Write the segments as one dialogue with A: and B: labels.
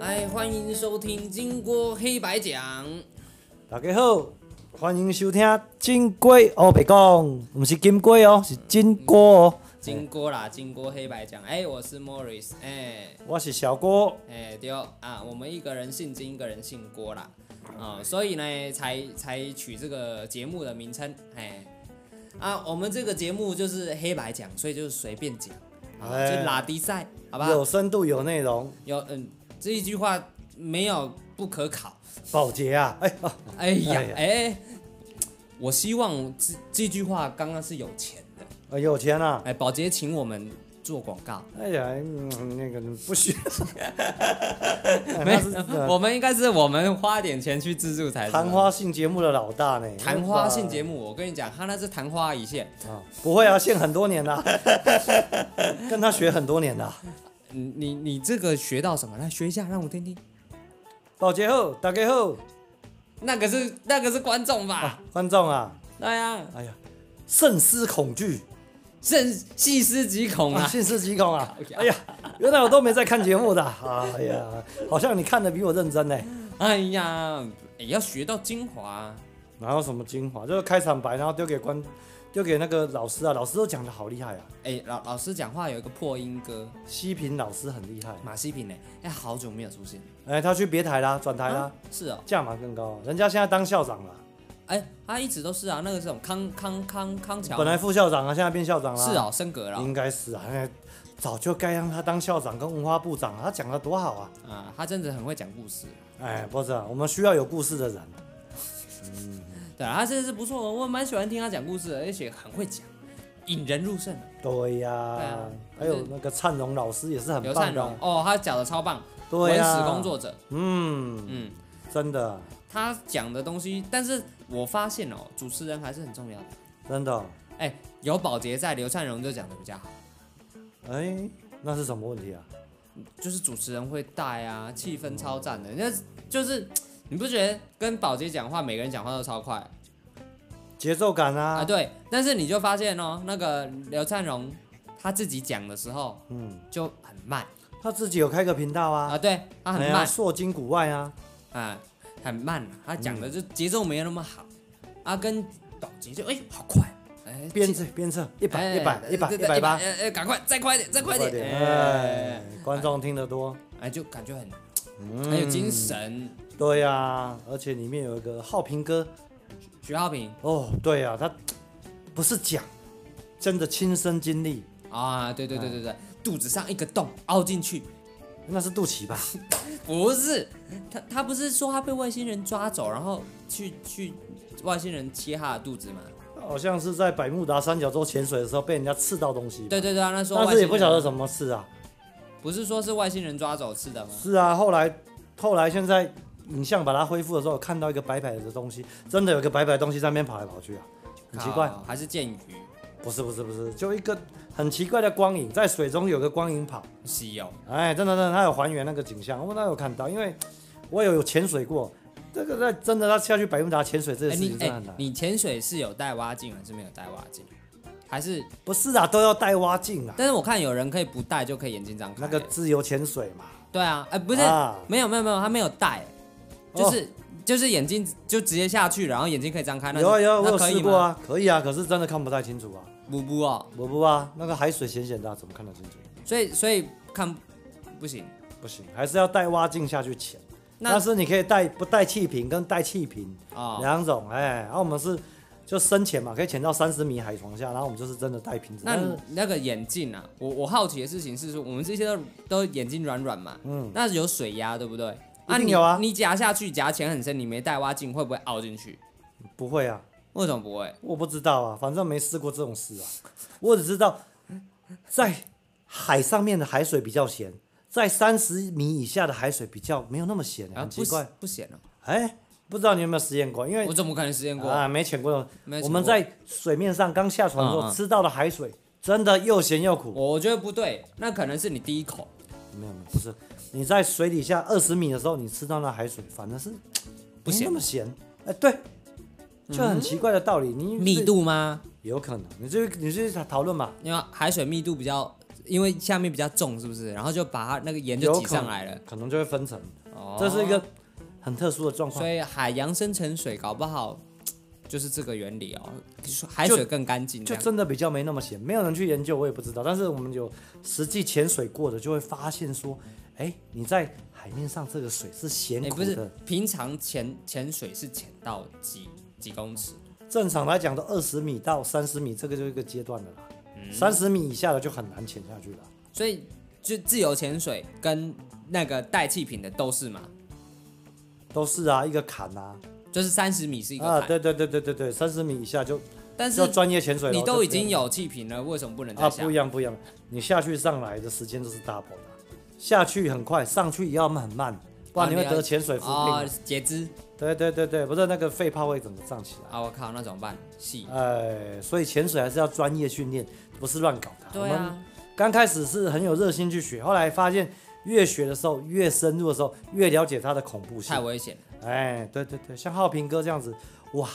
A: 哎，欢迎收听《金锅黑白讲》。
B: 大家好，欢迎收听《金龟黑白讲》，不是金龟哦，是金锅哦。
A: 金锅啦，金锅黑白讲。哎，我是 Morris。哎，
B: 我是小郭，
A: 哎，对哦啊，我们一个人姓金，一个人姓郭啦。啊、所以呢，才才取这个节目的名称。哎，啊，我们这个节目就是黑白讲，所以就是随便讲，啊，
B: 哎
A: 就拉低赛，好吧？
B: 有深度有内容，
A: 有，嗯，这一句话没有不可考。
B: 保洁啊，哎、哦
A: 哎呀
B: 哎呀，
A: 哎，我希望这这句话刚刚是有钱的。
B: 呃有钱啊，
A: 哎，保洁请我们做广告，
B: 哎呀，嗯、那个不需要， 哎
A: 没
B: 那是
A: 有， 我们应该是我们花点钱去自助才是
B: 昙花性节目的老大呢，
A: 昙花性节
B: 目
A: 目，我跟你讲，他那是昙花一现。
B: 啊，不会啊，现很多年啦、 跟他学很多年啦、
A: 你你你这个学到什么？来学一下，让我听听。
B: 保洁好，大家好，
A: 那个是那个是观众吧？
B: 观众啊，
A: 对呀，
B: 哎呀，慎思恐惧。
A: 甚细思极恐
B: 啊，
A: 啊！！
B: 信思极恐啊 哎呀，原来我都没在看节目的啊，哎呀，好像你看的比我认真呢。
A: 哎呀，也要学到精华啊。
B: 哪有什么精华？就是开场白，然后丢给观，丢给那个老师啊，老师都讲的好厉害啊，
A: 哎，老老师讲话有一个破音歌，
B: 西平老师很厉害。
A: 马西平呢？哎，好久没有出现。
B: 哎，他去别台啦，转台啦
A: 啊，是哦，
B: 价码更高啊，人家现在当校长了，
A: 哎，他一直都是啊，那个是什么康康康康桥，
B: 本来副校长啊，现在变校长啦。
A: 是，哦，升格了哦
B: 应该是啊，哎早就该让他当校长跟文化部长啊，他讲的多好啊！
A: 啊，他真的很会讲故事。
B: 哎，不是啊，我们需要有故事的人。
A: 对啊，他真的是不错，我蛮喜欢听他讲故事的，而且很会讲，引人入胜。
B: 对呀、
A: 对啊
B: 还有那个灿荣老师也是很
A: 刘
B: 棒
A: 灿
B: 的
A: 荣
B: 啊。
A: 哦，他讲的超棒，
B: 对啊呀、
A: 文史工作者，
B: 嗯，
A: 嗯，
B: 真的，
A: 他讲的东西，但是我发现哦，主持人还是很重要的。
B: 真的，
A: 哎，有保洁在，刘灿荣就讲的比较好，
B: 哎，那是什么问题啊？
A: 就是主持人会带啊，气氛超赞的。那就是你不觉得跟保洁讲话，每个人讲话都超快
B: 啊节奏感
A: 啊？
B: 啊，
A: 对，但是你就发现哦，那个刘灿荣他自己讲的时候
B: 嗯，
A: 就很慢
B: 他自己有开个频道啊，
A: 啊，对他很
B: 哎呀
A: 慢。
B: 烁金古外啊，
A: 啊，很慢啊，他讲
B: 嗯
A: 的就节奏没有那么好，啊，跟保洁就哎、好快，哎、
B: 鞭
A: 起
B: 策鞭策，一百
A: 哎
B: 一百一百
A: 对
B: 一
A: 对
B: 百八，
A: 哎哎，赶快再快点，再快
B: 快
A: 点，
B: 哎嗯
A: 哎，，
B: 观众听得多，
A: 哎，就感觉很很有精神。
B: 对呀、而且里面有一个浩平哥，
A: 徐浩平
B: 哦，对呀、他不是讲，真的亲身经历，
A: 啊，对对对对对，
B: 哎
A: 肚子上一个洞凹进去，
B: 那是肚脐吧？
A: 不是他他不是说他被外星人抓走，然后去去外星人切他的肚子吗？
B: 好像是在百慕达三角洲潜水的时候被人家刺到东西吧，
A: 对对对啊，那时候
B: 但
A: 外
B: 是
A: 星
B: 也
A: 人
B: 不晓得怎么刺啊。
A: 不是说是外星人抓走吃的吗？
B: 是啊，后来后来现在影像把它恢复的时候，看到一个白白的东西，真的有个白白的东西在那边跑来跑去啊，很奇怪。
A: 靠，哦还是剑鱼
B: 不是不是不是，就一个很奇怪的光影在水中有个光影跑，
A: 西游。
B: 哎，真的真的，它有还原那个景象，我那有看到，因为我有有潜水过，这个在真的他下去百慕达潜水这
A: 哎、
B: 件事
A: 你
B: 情
A: 哎、
B: 真的很难。
A: 你潜水是有带蛙镜还是没有带蛙镜？还是？
B: 不是啊，都要带蛙镜啊，
A: 但是我看有人可以不带就可以眼睛张开。
B: 那个自由潜水嘛，
A: 对啊，哎、不是，
B: 啊哦
A: 没有没有没有，他没有带，就是、就是眼睛就直接下去，然后眼睛可以张开。那
B: 有啊
A: 是
B: 有啊，我
A: 那
B: 有
A: 可
B: 试
A: 以
B: 过
A: 吗？
B: 啊，可以啊，可是真的看不太清楚啊，
A: 不不哦，
B: 我不啊，那个海水咸咸的啊、怎么看得清楚？
A: 所以所以看不行。
B: 不行，还是要带蛙镜下去潜。
A: 那
B: 但是你可以带不带气瓶跟带气瓶
A: 哦
B: 两种，哎，然、后我们是就深潜嘛，可以潜到三十米海床下，然后我们就是真的带瓶子。
A: 那
B: 但
A: 你
B: 是
A: 那个眼镜啊，我我好奇的事情是说，我们这些都都眼睛软软嘛，嗯，那有水压对不对？
B: 一定
A: 你
B: 有啊
A: 你夹下去夹潜很深，你没带蛙镜会不会凹进去？
B: 不会啊，
A: 为什么不会？
B: 我不知道啊，反正没试过这种事啊。我只知道在海上面的海水比较咸，在三十米以下的海水比较没有那么咸、
A: 啊，
B: 很
A: 不
B: 奇怪
A: 显。不显了，
B: 哎，不知道你有没有实验过？因为
A: 我怎么可能实验过？
B: 啊，没潜过
A: 没有，
B: 我
A: 潜
B: 们
A: 过
B: 在水面上刚下船的时
A: 嗯
B: 候
A: 嗯
B: 吃到的海水，真的又咸又苦。
A: 我我觉得不对，那可能是你第一口
B: 没有，没有，不是。你在水底下二十米的时候，你吃到那海水，反正是
A: 不
B: 没
A: 咸
B: 那么咸。哎，对，就很奇怪的道理。你
A: 密度吗？
B: 有可能，你这你这讨论嘛？
A: 因为海水密度比较因为下面比较重，是不是？然后就把它那个盐就
B: 有
A: 挤
B: 可能
A: 上来了。
B: 可能就会分层，
A: 哦，
B: 这是一个很特殊的状况
A: 所。以海洋深层水搞不好就是这个原理哦，海水更干净这
B: 就
A: 样。
B: 真的比较没那么咸，没有人去研究，我也不知道。但是我们有实际潜水过的，就会发现说，哎、你在海面上这个水是咸
A: 哎，
B: 苦
A: 不
B: 的。
A: 是，平常潜潜水是潜到几几公尺？
B: 正常来讲都二十米到三十米，这个就是一个阶段的啦。
A: 嗯
B: 三十、米以下的就很难潜下去了。
A: 所以就自由潜水跟那个带气瓶的都是嘛，
B: 都是啊，一个坎啊，
A: 就是三十米是一个
B: 啊，
A: 坎，
B: 对对对对对对，三十米以下就
A: 但是
B: 要专业潜水了。
A: 你都已经
B: 有
A: 有气瓶了，为什么不能
B: 啊，
A: 再下？
B: 不一样不一样，你下去上来的时间都是 double 的，啊下去很快，上去也要很慢，不然
A: 啊
B: 你会
A: 你要
B: 得潜水浮病
A: 哦
B: 的。，
A: 截肢
B: 对对对对，不是那个肺泡会整个胀起来。
A: 啊！我靠，那怎么办？细
B: 哎，所以潜水还是要专业训练，不是乱搞的。
A: 对
B: 我们
A: 啊，
B: 刚开始是很有热心去学，后来发现越学的时候，越深入的时候，越了解它的恐怖
A: 太
B: 性。
A: 危险了。
B: 哎，对对对，像浩平哥这样子，哇，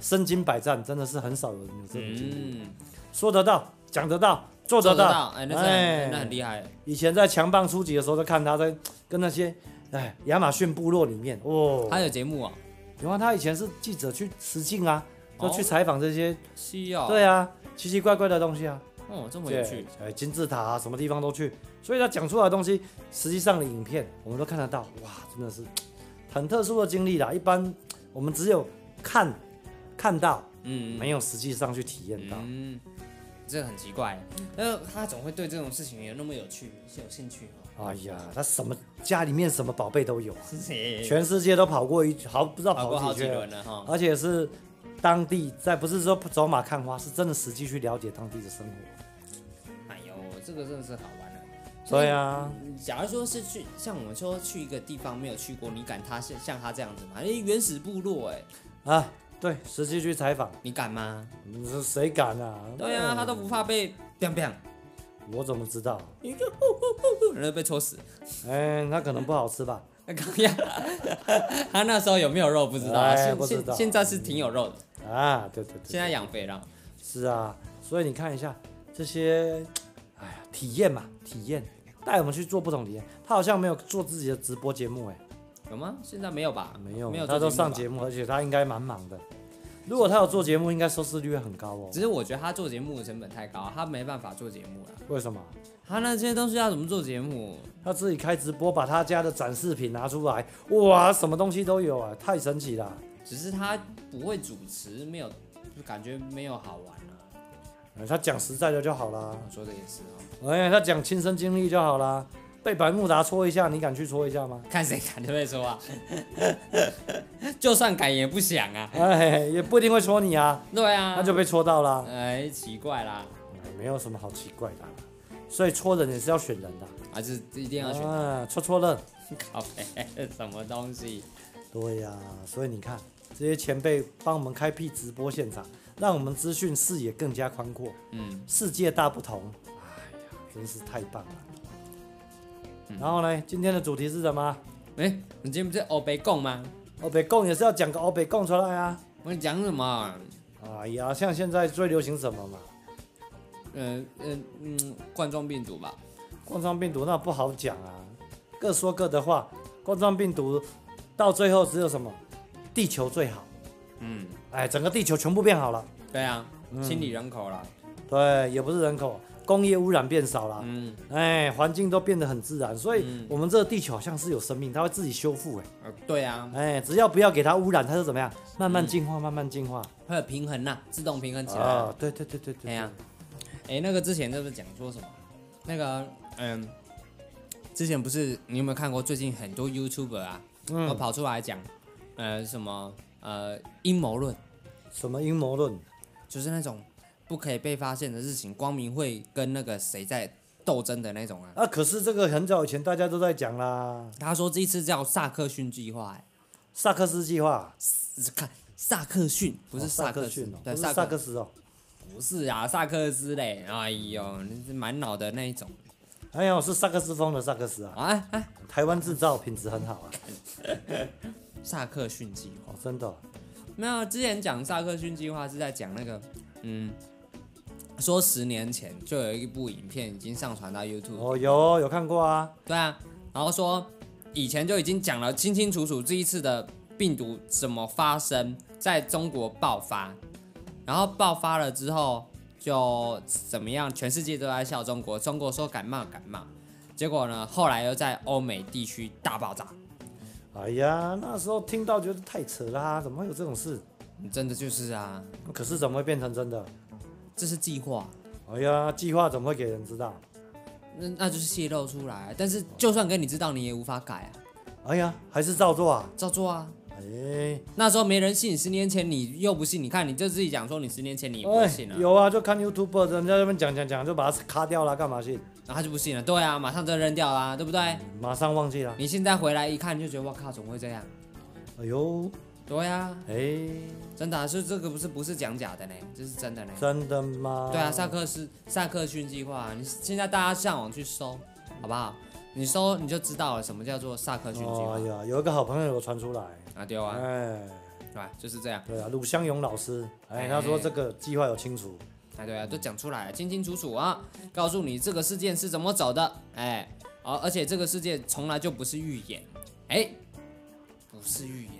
B: 身经百战，真的是很少有人有这种经历，
A: 嗯，
B: 说得到，讲得到，做
A: 做
B: 得
A: 得
B: 到。
A: 到，哎，那真的那很厉害。
B: 以前在强棒初级的时候，都看他在跟那些。哎，亚马逊部落里面哦，
A: 还有节目哦，
B: 你看他以前是记者去实境啊，就去
A: 哦
B: 采访这些，
A: 西哦，，
B: 对啊，奇奇怪怪的东西啊。
A: 哦，这么有
B: 对，
A: 趣，
B: 呃，金字塔啊，什么地方都去，所以他讲出来的东西，实际上的影片我们都看得到，哇，真的是很特殊的经历啦。一般我们只有看看到，
A: 嗯
B: 没有实际上去体验到。
A: 嗯，这个很奇怪。那他总会对这种事情有那么有趣，是有兴趣哦。
B: 哎呀，他什么家里面什么宝贝都有啊，
A: 是谁？
B: 全世界都跑过一好不知
A: 嗯
B: 道
A: 跑过好
B: 跑
A: 几
B: 圈，
A: 轮了哈。
B: 而且是当地在不是说走马看花，是真的实际去了解当地的生活。
A: 哎呦，这个真的是好玩了。
B: 对啊，
A: 假如说是去像我们说去一个地方没有去过，你敢他像像他这样子吗？因为原始部落哎、
B: 啊，对，实际去采访，
A: 你敢吗？
B: 你说谁敢啊？
A: 对啊，
B: 嗯
A: 他都不怕被 biang biang，
B: 我怎么知道？
A: 然后被戳死。
B: 哎，那可能不好吃吧？
A: 刚呀，他那时候有没有肉不知道啊，
B: 哎
A: 现
B: 不知道
A: 现现在是挺有肉的，
B: 啊，对对对，
A: 现在养肥了。
B: 是啊，所以你看一下这些，哎呀，体验嘛，体验带我们去做不同体验。他好像没有做自己的直播节目，哎，
A: 有吗？现在没有吧？
B: 没有，
A: 没有
B: 他
A: 做
B: 都
A: 节目
B: 上
A: 吧
B: 节目，而且他应该蛮忙的。如果他有做节目，应该收视率会很高哦。
A: 只是我觉得他做节目的成本太高，他没办法做节目了。
B: 为什么？
A: 他那些东西要怎么做节目？
B: 他自己开直播，把他家的展示品拿出来，哇，什么东西都有啊，太神奇了。
A: 只是他不会主持，没有，就感觉没有好玩啊。
B: 哎他讲实在的就好啦，
A: 我说的也是哦，
B: 哎，他讲亲身经历就好啦。被百慕达戳一下，你敢去戳一下吗？
A: 看谁敢对不对说啊？ 就算敢也不想啊。
B: 哎，也不一定会戳你啊，
A: 对啊，
B: 那就被戳到啦，
A: 哎奇怪啦，
B: 哎没有什么好奇怪的啦。所以戳人也是要选人的，
A: 还是一定要选
B: 啊，戳戳乐。
A: 靠北什么东西？
B: 对呀、所以你看这些前辈帮我们开辟直播现场，让我们资讯视野更加宽阔，
A: 嗯，
B: 世界大不同。哎呀，嗯真是太棒了。然后呢，今天的主题是什么？
A: 哎、你今天不是欧北共吗？
B: 欧北共也是要讲个欧北共出来啊。
A: 我讲什么？
B: 哎呀，像现在最流行什么嘛？
A: 嗯嗯嗯，冠状病毒吧。
B: 冠状病毒那不好讲啊，各说各的话。冠状病毒到最后只有什么？地球最好，
A: 嗯，
B: 哎，整个地球全部变好了。
A: 对啊，
B: 嗯
A: 清理人口啦。
B: 对，也不是人口，工业污染变少了，
A: 嗯，
B: 哎，环境都变得很自然，所以
A: 嗯
B: 我们这个地球好像是有生命，它会自己修复，哎，
A: 呃对啊，
B: 哎，只要不要给它污染，它就怎么样，慢慢进化，慢慢进化。
A: 会有平衡呐、自动平衡起来。
B: 啊，对对对对对，
A: 嗯哎呀
B: 对，
A: 哎、那个之前是不是讲说什么？那个嗯，之前不是你有没有看过？最近很多 YouTuber 啊，
B: 嗯
A: 都跑出来讲，呃，什么呃阴谋论，
B: 什么阴谋论？
A: 就是那种不可以被发现的事情，光明会跟那个谁在斗争的那种啊。
B: 啊，可是这个很早以前大家都在讲啦，
A: 他说这次叫萨克逊计划、欸，
B: 萨克斯计划，
A: 是看萨克逊不
B: 哦
A: 是
B: 萨
A: 萨
B: 克
A: 克
B: 逊
A: 逊
B: 哦，不
A: 对，
B: 是
A: 萨
B: 萨
A: 克
B: 克斯哦，
A: 不是啊，萨克斯嘞，哎呦，你是满脑的那一种
B: 哎呀，是萨克斯风的萨克斯啊，
A: 啊啊，
B: 台湾制造品质很好啊，
A: 萨克逊计划。
B: 哦，真的哦、
A: 没有，之前讲萨克逊计划是在讲那个，嗯，说十年前就有一部影片已经上传到 YouTube，
B: 哦，有有看过啊，
A: 对啊，然后说以前就已经讲了清清楚楚这一次的病毒怎么发生，在中国爆发，然后爆发了之后就怎么样，全世界都在笑中国，中国说感冒感冒，结果呢后来又在欧美地区大爆炸，
B: 哎呀，那时候听到觉得太扯啦、怎么会有这种事？
A: 真的就是啊，
B: 可是怎么会变成真的？
A: 这是计划。
B: 哎呀，计划怎么会给人知道？
A: 那那就是泄露出来，但是就算跟你知道，你也无法改啊，
B: 哎呀，还是照做啊！
A: 照做啊。
B: 哎，
A: 那时候没人信，十年前你又不信，你看你就自己讲说你十年前你也不会
B: 哎
A: 信了、
B: 有啊，就看 YouTube，人家在那边讲讲讲，就把它卡掉了，干嘛去？
A: 然后他就不信了，对啊，马上就扔掉啦、对不对？
B: 马上忘记了。
A: 你现在回来一看就觉得，我靠，怎么会这样？
B: 哎呦，
A: 对啊，
B: 哎，
A: 真的、啊，是这个不是不是讲假的呢，这是真的呢。
B: 真的吗？
A: 对啊，萨克斯萨克逊计划啊，你现在大家上网去搜，好不好？你搜你就知道了什么叫做萨克逊计
B: 哦
A: 划、
B: 哎呀，有一个好朋友有传出来，
A: 啊，对啊，
B: 哎，
A: 对吧？就是这样，
B: 对啊，鲁湘勇老师，哎，
A: 哎
B: 他说这个计划有清楚，
A: 啊，对啊，都讲出来了，清清楚楚啊，告诉你这个事件是怎么走的，哎，而、而且这个事件从来就不是预言，哎，不是预言，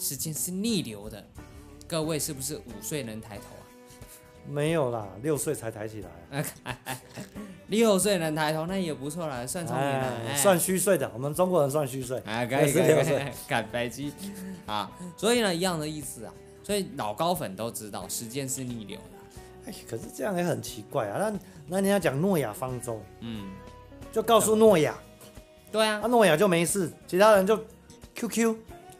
A: 时间是逆流的，各位是不是五岁能抬头啊？
B: 没有啦，六岁才抬起来，
A: 哎六岁能抬头，那也不错啦，算聪明了，哎，
B: 算虚岁的，我们中国人算虚岁，
A: 哎， 可以
B: 是
A: 可以
B: 六
A: 可
B: 岁
A: 以，赶飞机啊！所以呢，一样的意思啊，所以老高粉都知道，时间是逆流的，
B: 哎，可是这样也很奇怪啊。那那你要讲诺亚方舟，
A: 嗯，
B: 就告诉诺亚，
A: 对啊
B: 啊，，诺亚就没事，其他人就 QQ。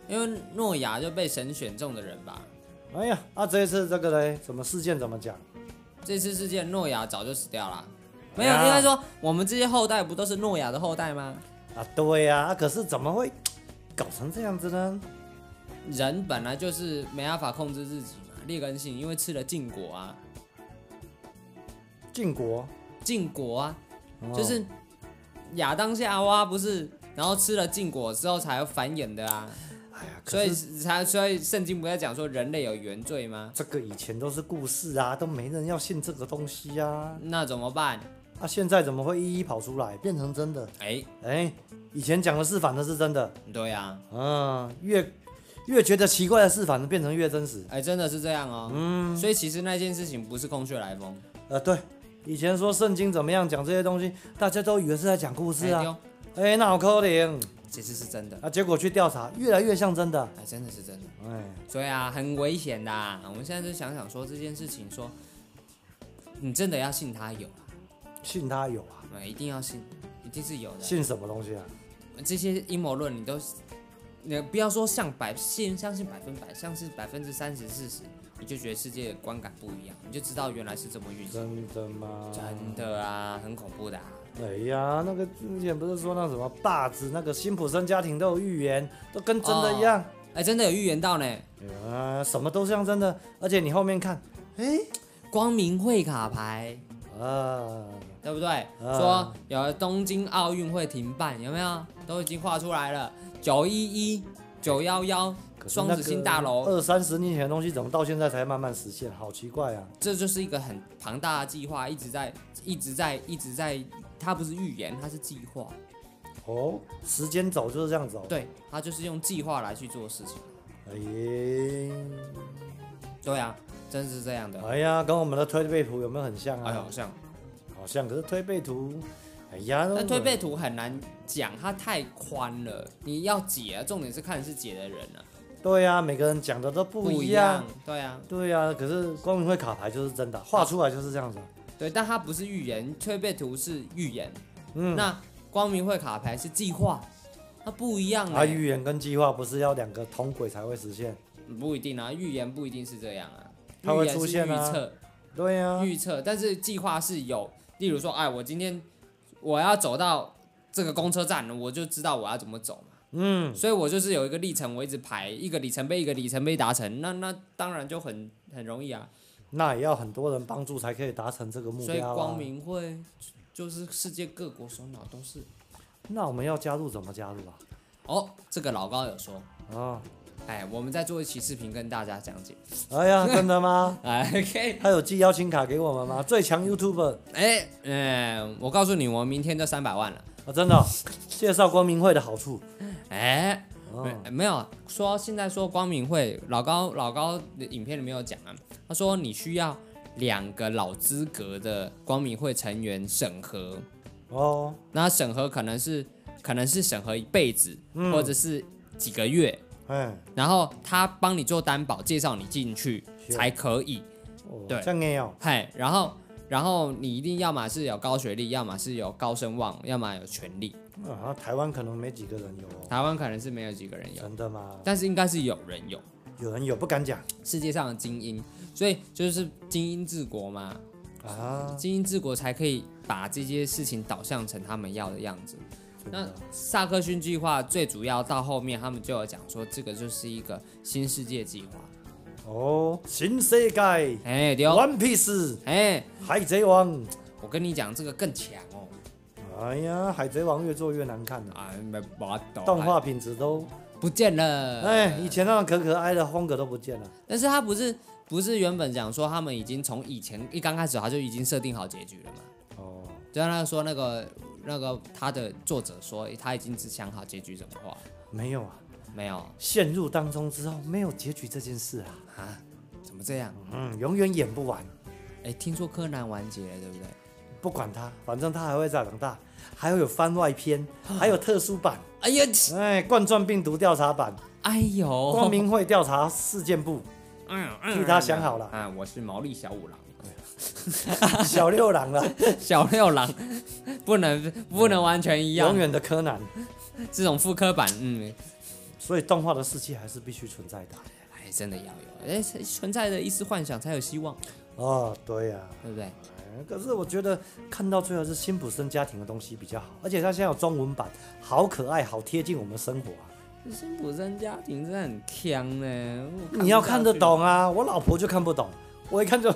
A: 因为诺亚就被神选中的人吧，
B: 哎呀，啊，这一次这个嘞，怎么事件怎么讲？
A: 这次事件诺亚早就死掉了。没
B: 哎
A: 有，
B: 呀
A: 应该说我们这些后代不都是诺亚的后代吗？
B: 啊，对呀、啊，可是怎么会搞成这样子呢？
A: 人本来就是没办法控制自己嘛，劣根性，因为吃了禁果啊，
B: 晋国、
A: 禁果啊，
B: 哦
A: 就是亚当夏娃不是，然后吃了禁果之后才繁衍的啊，
B: 哎呀，可
A: 所以
B: 是
A: 才所以圣经不在讲说人类有原罪吗？
B: 这个以前都是故事啊，都没人要信这个东西啊。
A: 那怎么办？
B: 啊，现在怎么会一一跑出来变成真的？
A: 哎，
B: 哎，以前讲的事反的是真的，
A: 对啊，
B: 嗯，越越觉得奇怪的事反而变成越真实。
A: 哎，真的是这样哦。嗯，所以其实那件事情不是空穴来风，
B: 呃，对，以前说圣经怎么样讲这些东西，大家都以为是在讲故事
A: 哎
B: 啊。
A: 丢
B: 哎，那好可怜
A: 其实是真的，
B: 啊！结果去调查，越来越像真的。
A: 哎，真的是真的。
B: 哎，
A: 所以啊，很危险的啊、我们现在就想想说这件事情说，你真的要信他有啊？
B: 信他有啊？
A: 嗯一定要信，一定是有的。
B: 信什么东西啊？
A: 这些阴谋论你都，你不要说像百信相信百分百，像是百分之三十四十，你就觉得世界的观感不一样，你就知道原来是这么运行。
B: 真的吗？
A: 真的啊，很恐怖的、啊。
B: 哎呀，那个之前不是说那什么霸子，那个辛普森家庭都有预言，都跟真的一样。
A: 哎，真的有预言到呢，
B: 啊，什么都像真的，而且你后面看，哎，
A: 光明会卡牌，
B: 啊，
A: 对不对？
B: 嗯
A: 说有东京奥运会停办，有没有？都已经画出来了。九一一、九幺幺、
B: 可是
A: 双
B: 那
A: 子星大楼，
B: 二三十年前的东西，怎么到现在才慢慢实现？好奇怪啊！
A: 这就是一个很庞大的计划，一直在、一直在、一直在。它不是预言，它是计划。
B: 哦，时间走就是这样哦走。
A: 对，它就是用计划来去做事情。
B: 哎，
A: 对啊，真是这样的。
B: 哎呀，跟我们的推背图有没有很像
A: 哎，
B: 啊？
A: 好像，
B: 好像，可是推背图，哎呀，
A: 但推背图很难讲，它太宽了。你要解、啊，重点是看是解的人啊，
B: 对呀、每个人讲的都不
A: 不
B: 一
A: 一
B: 样
A: 样。。对啊，
B: 对呀、可是光明会卡牌就是真
A: 嗯
B: 的，画出来就是这样子。
A: 对，但它不是预言，推背图是预言。嗯，那光明会卡牌是计划，它不一样
B: 啊，
A: 啊、
B: 预言跟计划不是要两个同轨才会实现？
A: 不一定啊，预言不一定是这样啊。
B: 它会
A: 预言是
B: 出现啊
A: 预测，
B: 对啊呀、
A: 预测，但是计划是有，例如说，哎，我今天我要走到这个公车站，我就知道我要怎么走嘛。嗯，所以我就是有一个历程，我一直排一个里程碑，一个里程碑达成，那那当然就很很容易啊。
B: 那也要很多人帮助才可以达成这个目
A: 所以
B: 标、啊。
A: 光，明会就是世界各国首脑都是。
B: 那我们要加入怎么加入啊？
A: 哦，这个老高有说，
B: 啊，
A: 哎，我们再做一期视频跟大家讲解。
B: 哎呀，真的吗？
A: 哎，OK，
B: 他有寄邀请卡给我们吗？最强 YouTuber
A: 哎，嗯，我告诉你，我明天就三百万了。
B: 啊，真的哦、介绍光明会的好处。
A: 哎，
B: 哦
A: 没没有啊说现在说光明会，老高老高的影片里面有讲啊，他说你需要两个老资格的光明会成员审核，
B: 哦，
A: 那审核可能是可能是审核一辈子，
B: 嗯
A: 或者是几个月，
B: 哎，
A: 然后他帮你做担保，介绍你进去
B: 是
A: 才可以，
B: 哦
A: 对
B: 这样也有
A: 嗨，然后然后你一定要么是有高学历，要么是有高声望，要么有权利。
B: 啊，台湾可能没几个人有哦。
A: 台湾可能是没有几个人有，
B: 真的吗？
A: 但是应该是有人有。
B: 有人有不敢讲
A: 世界上的精英，所以就是精英治国嘛，
B: 啊？
A: 精英治国才可以把这些事情导向成他们要的样子。
B: 真
A: 那
B: 的哦
A: 萨克逊计划最主要到后面，他们就有讲说，这个就是一个新世界计划。
B: 哦，新世界
A: 哎，对哦，
B: ，One Piece，
A: 哎，
B: 海贼王。
A: 我跟你讲，这个更强哦，
B: 哎呀，海贼王越做越难看了、
A: 啊，没把
B: 动画品质都，
A: 不见了，
B: 哎，以前那种可可爱的风格都不见了。
A: 但是他不是不是原本讲说他们已经从以前一刚开始他就已经设定好结局了嘛？
B: 哦，
A: 就像那个说那个那个他的作者说他已经只想好结局怎么画，
B: 没有啊，
A: 没有
B: 陷入当中之后没有结局这件事啊，
A: 啊？怎么这样？
B: 嗯，永远演不完。
A: 哎，听说柯南完结了，对不对？
B: 不管它，反正它还会再长大，还会有番外篇，
A: 啊
B: 还有特殊版，
A: 哎呀，
B: 哎，冠状病毒调查版，
A: 哎呦，
B: 光明会调查事 件部，
A: 嗯，
B: 替他想好了
A: 啊！我是毛利小五郎，
B: 小六郎了，
A: 小六郎， 不能不能完全一样
B: 永，远的柯南。
A: 这种复刻版，嗯，
B: 所以动画的世界还是必须存在的。
A: 哎，真的要有，哎，存在的一丝幻想才有希望，
B: 哦，对呀、
A: 对不对？
B: 哎可是我觉得看到最后是辛普森家庭的东西比较好，而且它现在有中文版，好可爱，好贴近我们生活啊！
A: 辛普森家庭真的很强呢、我不
B: 你要看得
A: 下去。
B: 懂啊，我老婆就看不懂，我一看就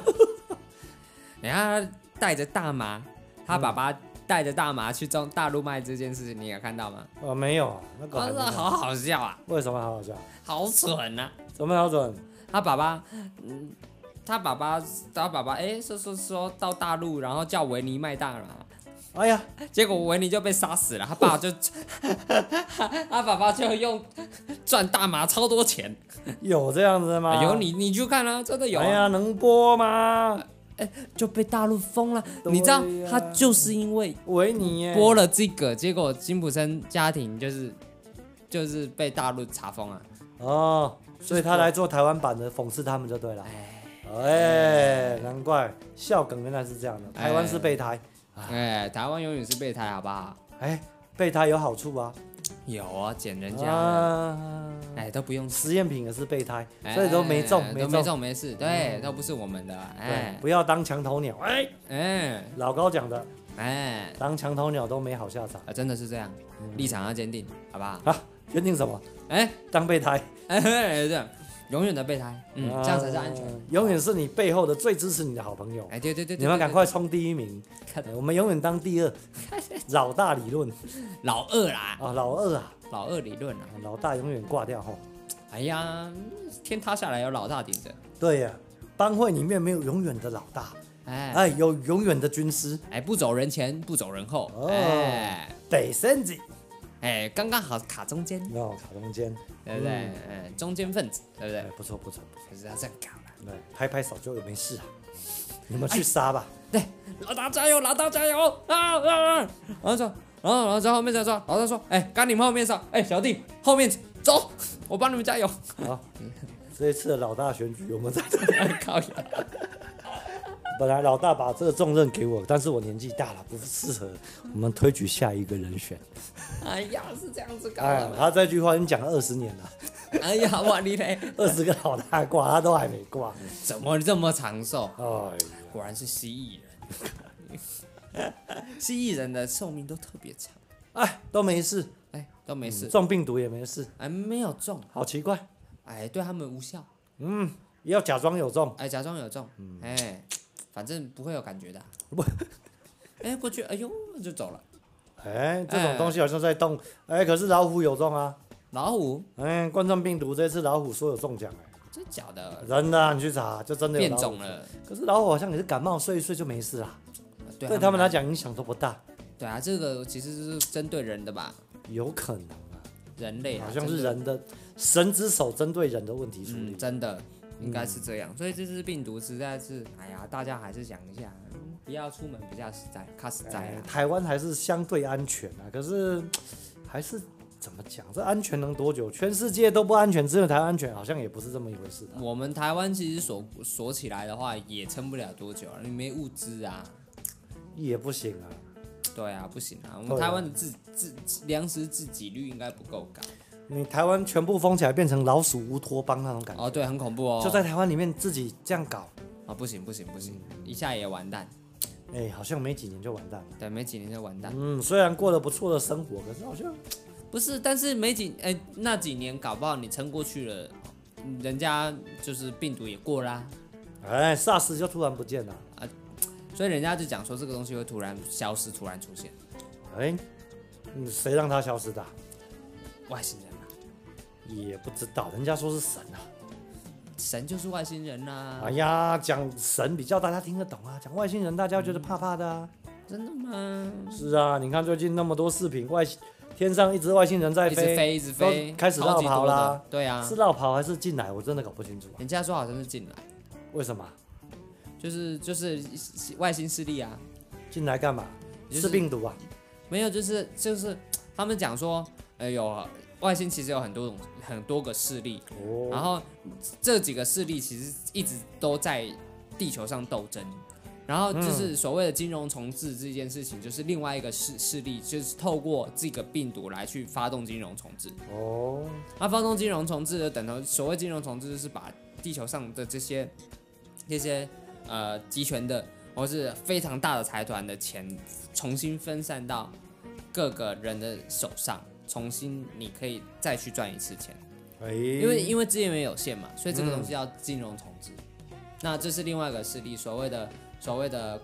A: 你看哎他带着大麻，
B: 嗯
A: 他爸爸带着大麻去中大陆卖这件事情，你有看到吗？
B: 呃没有那个
A: 啊，
B: 还没
A: 这
B: 看
A: 好好笑啊，
B: 为什么好好笑？
A: 好蠢啊！
B: 怎么好准？
A: 他爸爸，嗯，他爸爸，他爸爸，哎、说说说到大陆，然后叫维尼卖大麻，
B: 哎呀，
A: 结果维尼就被杀死了，他爸就， 他爸爸就用赚大麻超多钱，
B: 有这样子的吗？
A: 有你你去看啊，真的有、啊
B: 哎。呀，能播吗？
A: 就被大陆封了。
B: 对呀啊
A: 你知道，他就是因为
B: 维尼耶，
A: 播了这个，结果辛普森家庭就是就是被大陆查封啊。
B: 哦，所以他来做台湾版的，讽刺他们就对了。哎，难怪笑梗原来是这样的，
A: 哎
B: 台湾是备胎，
A: 哎，台湾永远是备胎，好不好？
B: 哎，备胎有好处啊，
A: 有啊，捡人家的，
B: 啊，
A: 哎，都不用死，
B: 实验品也是备胎，
A: 哎
B: 所以都没中，
A: 都没
B: 中。
A: 中，没事，对，都不是我们的，
B: 对
A: 哎，，
B: 不要当墙头鸟。哎，
A: 哎，
B: 老高讲的，
A: 哎，
B: 当墙头鸟都没好下场。
A: 啊，真的是这样，立场要坚定，好不好？
B: 啊，决定什么？
A: 哎，
B: 当备胎，
A: 哎，这样，永远的备胎，嗯，这样才是安全
B: 啊，永远是你背后的最支持你的好朋友。
A: 哎，对对对，对
B: 你们
A: 对
B: 赶快冲第一名，
A: 看
B: 哎我们永远当 第二。老大理论
A: 老二啦，
B: 啊，老二啊，
A: 老二理论啦。
B: 老大永远挂掉吼。
A: 哎呀，天塌下来有老大顶着。
B: 对呀，帮会里面没有永远的老大，
A: 哎
B: 哎，有永远的军师
A: 哎，不走人前，不走人后。
B: 哦
A: 哎
B: 北森子。
A: 哎，刚刚好卡中间，
B: 哦，卡中间，
A: 对不对？哎，中间分子，对不
B: 哎
A: 对？，
B: 不错不错不错。
A: 就是要这样搞了。
B: 对，拍拍手就有没事啊。你
A: 哎
B: 们去 杀吧。
A: 对，老大加油，老大加油啊啊！啊然后说，然后然后在后面再说，老大说，哎，赶你们后面上，哎，小弟后面走， 我帮你们加油。
B: 好，这一次的老大选举，我们在
A: 靠呀！
B: 本来老大把这个重任给我，但是我年纪大了，不适合。我们推举下一个人选。
A: 哎呀，是这样子搞
B: 哎
A: 的，嘛。
B: 他这句话已经讲了二十年了，
A: 哎呀，哇你嘞，
B: 二十个老大挂，他都还没挂。
A: 怎么这么长寿？
B: 哎呀，
A: 果然是蜥蜴人。蜥蜴人的寿命都特别长，
B: 哎，都没事，
A: 哎，都没事，
B: 中病毒也没事，
A: 哎，没有中，
B: 好奇怪。
A: 哎，对他们无效，
B: 要假装有中，
A: 哎，假装有中，
B: 嗯
A: 哎，反正不会有感觉的啊。哎，过去，哎呦，就走了。
B: 哎，这种东西好像在动，哎，可是老虎有中啊，
A: 老虎，
B: 哎、冠状病毒这次老虎说有中奖哎、
A: 真假的
B: 真的啊、你去查就真的有
A: 呃变
B: 老
A: 种
B: 虎。
A: 了？
B: 可是老虎好像也是感冒睡一睡就没事啦，
A: 对
B: 对他们来，讲影响都不大，
A: 对啊，这个其实是针对人的吧，
B: 有可能啊，
A: 人类啊
B: 好像
A: 针
B: 是
A: 对
B: 人的神之手针对人的问题处理嗯
A: 嗯，。真的应该是这样。所以这次病毒实在是，哎呀，大家还是想一下，嗯不要出门比较实在，卡实嗯在啊
B: 哎
A: 啦。
B: 台湾还是相对安全啊，可是还是怎么讲？这安全能多久？全世界都不安全，只有台湾安全，好像也不是这么一回事、啊。
A: 我们台湾其实锁锁起来的话，也撑不了多久了，你没物资啊。
B: 也不行啊。
A: 对啊，不行啊，我
B: 对
A: 们
B: 啊
A: 台湾的自自自粮食自给率应该不够高。
B: 你台湾全部封起来，变成老鼠乌托邦那种感觉，
A: 哦，对，很恐怖哦。
B: 就在台湾里面自己这样搞，
A: 啊，不行不行不行，一下也完蛋。
B: 哎、好像没几年就完蛋了。
A: 对，没几年就完蛋。
B: 嗯，虽然过得不错的生活，可是好像
A: 不是，但是没几哎、那几年搞不好你撑过去了，人家就是病毒也过啦、
B: 哎，SARS 就突然不见了。
A: 所以人家就讲说这个东西会突然消失，突然出现
B: 哎，嗯谁让它消失的啊、
A: 外星人啊，
B: 也不知道，人家说是神啊。
A: 神就是外星人啊啦、
B: 哎呀，讲神比较大家听得懂啊，讲外星人大家觉得怕怕的啊。
A: 真的吗？
B: 是啊，你看最近那么多视频，外星天上一只外星人在
A: 一直飞，一直飞，
B: 都开始
A: 超
B: 绕
A: 级多
B: 跑
A: 的
B: 啦，。
A: 对啊
B: 是，绕跑还是进来？我真的搞不清楚啊、
A: 人家说好像是进来，
B: 为什么啊
A: 就是就是外星势力啊，
B: 进来干嘛？
A: 就是
B: 是病毒啊？
A: 没有，就是就是他们讲说，哎呦，外星其实有很多种很多个势力，然后
B: 哦，
A: 这几个势力其实一直都在地球上斗争，然后就是所谓的金融重置这件事情，就是另外一个势势力，就是透过这个病毒来去发动金融重置。
B: 哦，
A: 那发动金融重置的等同所谓金融重置，就是把地球上的这些这些呃集权的或是非常大的财团的钱重新分散到各个人的手上，重新你可以再去赚一次钱。
B: 哎，
A: 因
B: 因
A: 为因为资源有限嘛，所以这个东西要金融重置。那这是另外一个势力，所谓的所谓的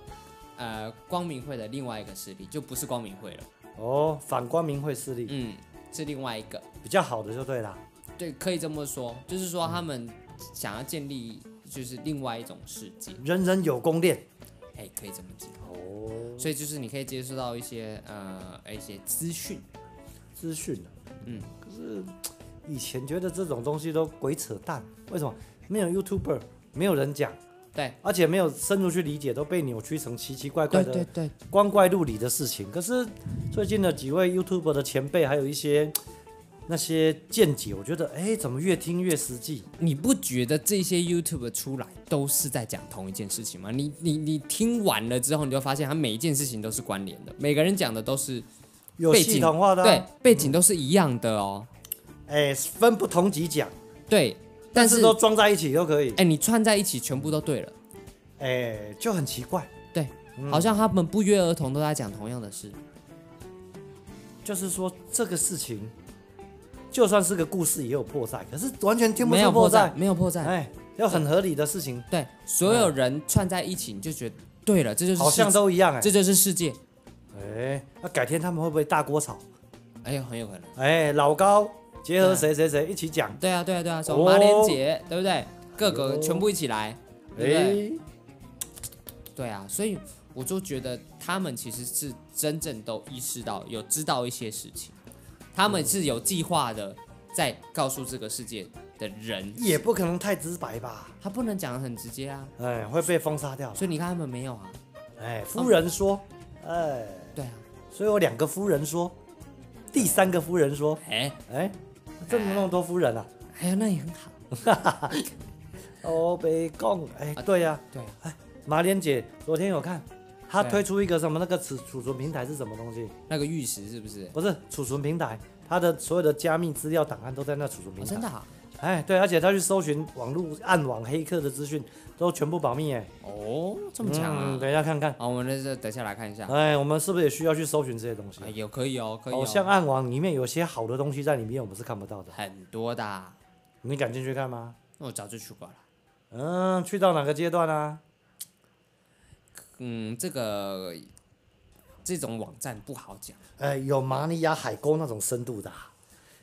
A: 呃光明会的另外一个势力，就不是光明会了，
B: 哦，反光明会势力
A: 嗯，是另外一个。
B: 比较好的就对啦。
A: 对，可以这么说，就是
B: 嗯
A: 说他们想要建立就是另外一种世界，
B: 人人有功练。
A: 哎，可以这么讲。
B: 哦，
A: 所以就是你可以接触到一些呃一些资讯，
B: 资讯啊，
A: 嗯，
B: 可是以前觉得这种东西都鬼扯淡，为什么没有 YouTuber，没有人讲，
A: 对，
B: 而且没有深入去理解，都被扭曲成奇奇怪怪的
A: 对，
B: 光怪陆离的事情。可是最近的几位 YouTuber 的前辈，还有一些那些见解，我觉得哎，怎么越听越实际？
A: 你不觉得这些 YouTube 出来都是在讲同一件事情吗？你你你听完了之后，你就发现它每一件事情都是关联的，每个人讲的都是
B: 有
A: 背
B: 系
A: 景
B: 统化的、啊嗯
A: 对，背景都是一样的哦，
B: 哎，分不同级讲，
A: 对，但
B: 是
A: 是
B: 都装在一起都可以，
A: 哎，你串在一起全部都对了，
B: 哎，就很奇怪。嗯
A: 好像他们不约而同都在讲同样的事，
B: 就是说这个事情，就算是个故事也有破绽，可是完全听不
A: 没有
B: 出
A: 破
B: 绽
A: 绽，。没有破绽，
B: 哎，要很合理的事情，
A: 对，所有人串在一起，你就觉得对了，这就是
B: 好像
A: 世界
B: 都一样哎、
A: 这就是世界，
B: 哎，那改天他们会不会大锅炒？
A: 哎呦，很有可能，
B: 哎，老高结合
A: 对
B: 谁谁谁一起讲？
A: 对啊，对啊，对啊，从
B: 哦
A: 马连杰对不对？各个
B: 哦
A: 全部一起来，对不对？
B: 哎，
A: 对啊，所以我就觉得他们其实是真正都意识到有知道一些事情，他们是有计划的在告诉这个世界的人，
B: 也不可能太直白吧？
A: 他不能讲得很直接啊，
B: 哎，会被封杀掉。
A: 所以你看他们没有啊，
B: 哎，夫人说，哎，
A: 对啊，
B: 所以我两个夫人说，第三个夫人说，
A: 哎
B: 哎，这么那么多夫人啊？
A: 哎呀，那也很好，
B: 哦，被供，哎，对呀、
A: 对啊，
B: 马莲姐昨天有看，她
A: 对
B: 推出一个什么那个储储存平台是什么东西？
A: 那个玉石是不是？
B: 不是储存平台，它的所有的加密资料档案都在那储存平
A: 哦、
B: 台。
A: 真的、啊、
B: 哎，对，而且她去搜寻网络暗网黑客的资讯，都全部保密哎。
A: 哦，这么强啊
B: 嗯，！等一下看看。
A: 好，我们这等下来看一下，
B: 哎，我们是不是也需要去搜寻这些东西
A: 哎？有可以哦，可以
B: 好
A: 哦，
B: 像啊暗网里面有些好的东西在里面，我们是看不到的。
A: 很多的啊，
B: 你敢进去看吗？
A: 那我早就去过了。
B: 嗯，去到哪个阶段啊？
A: 嗯，这个这种网站不好讲。
B: 哎，有马尼亚海沟那种深度的啊、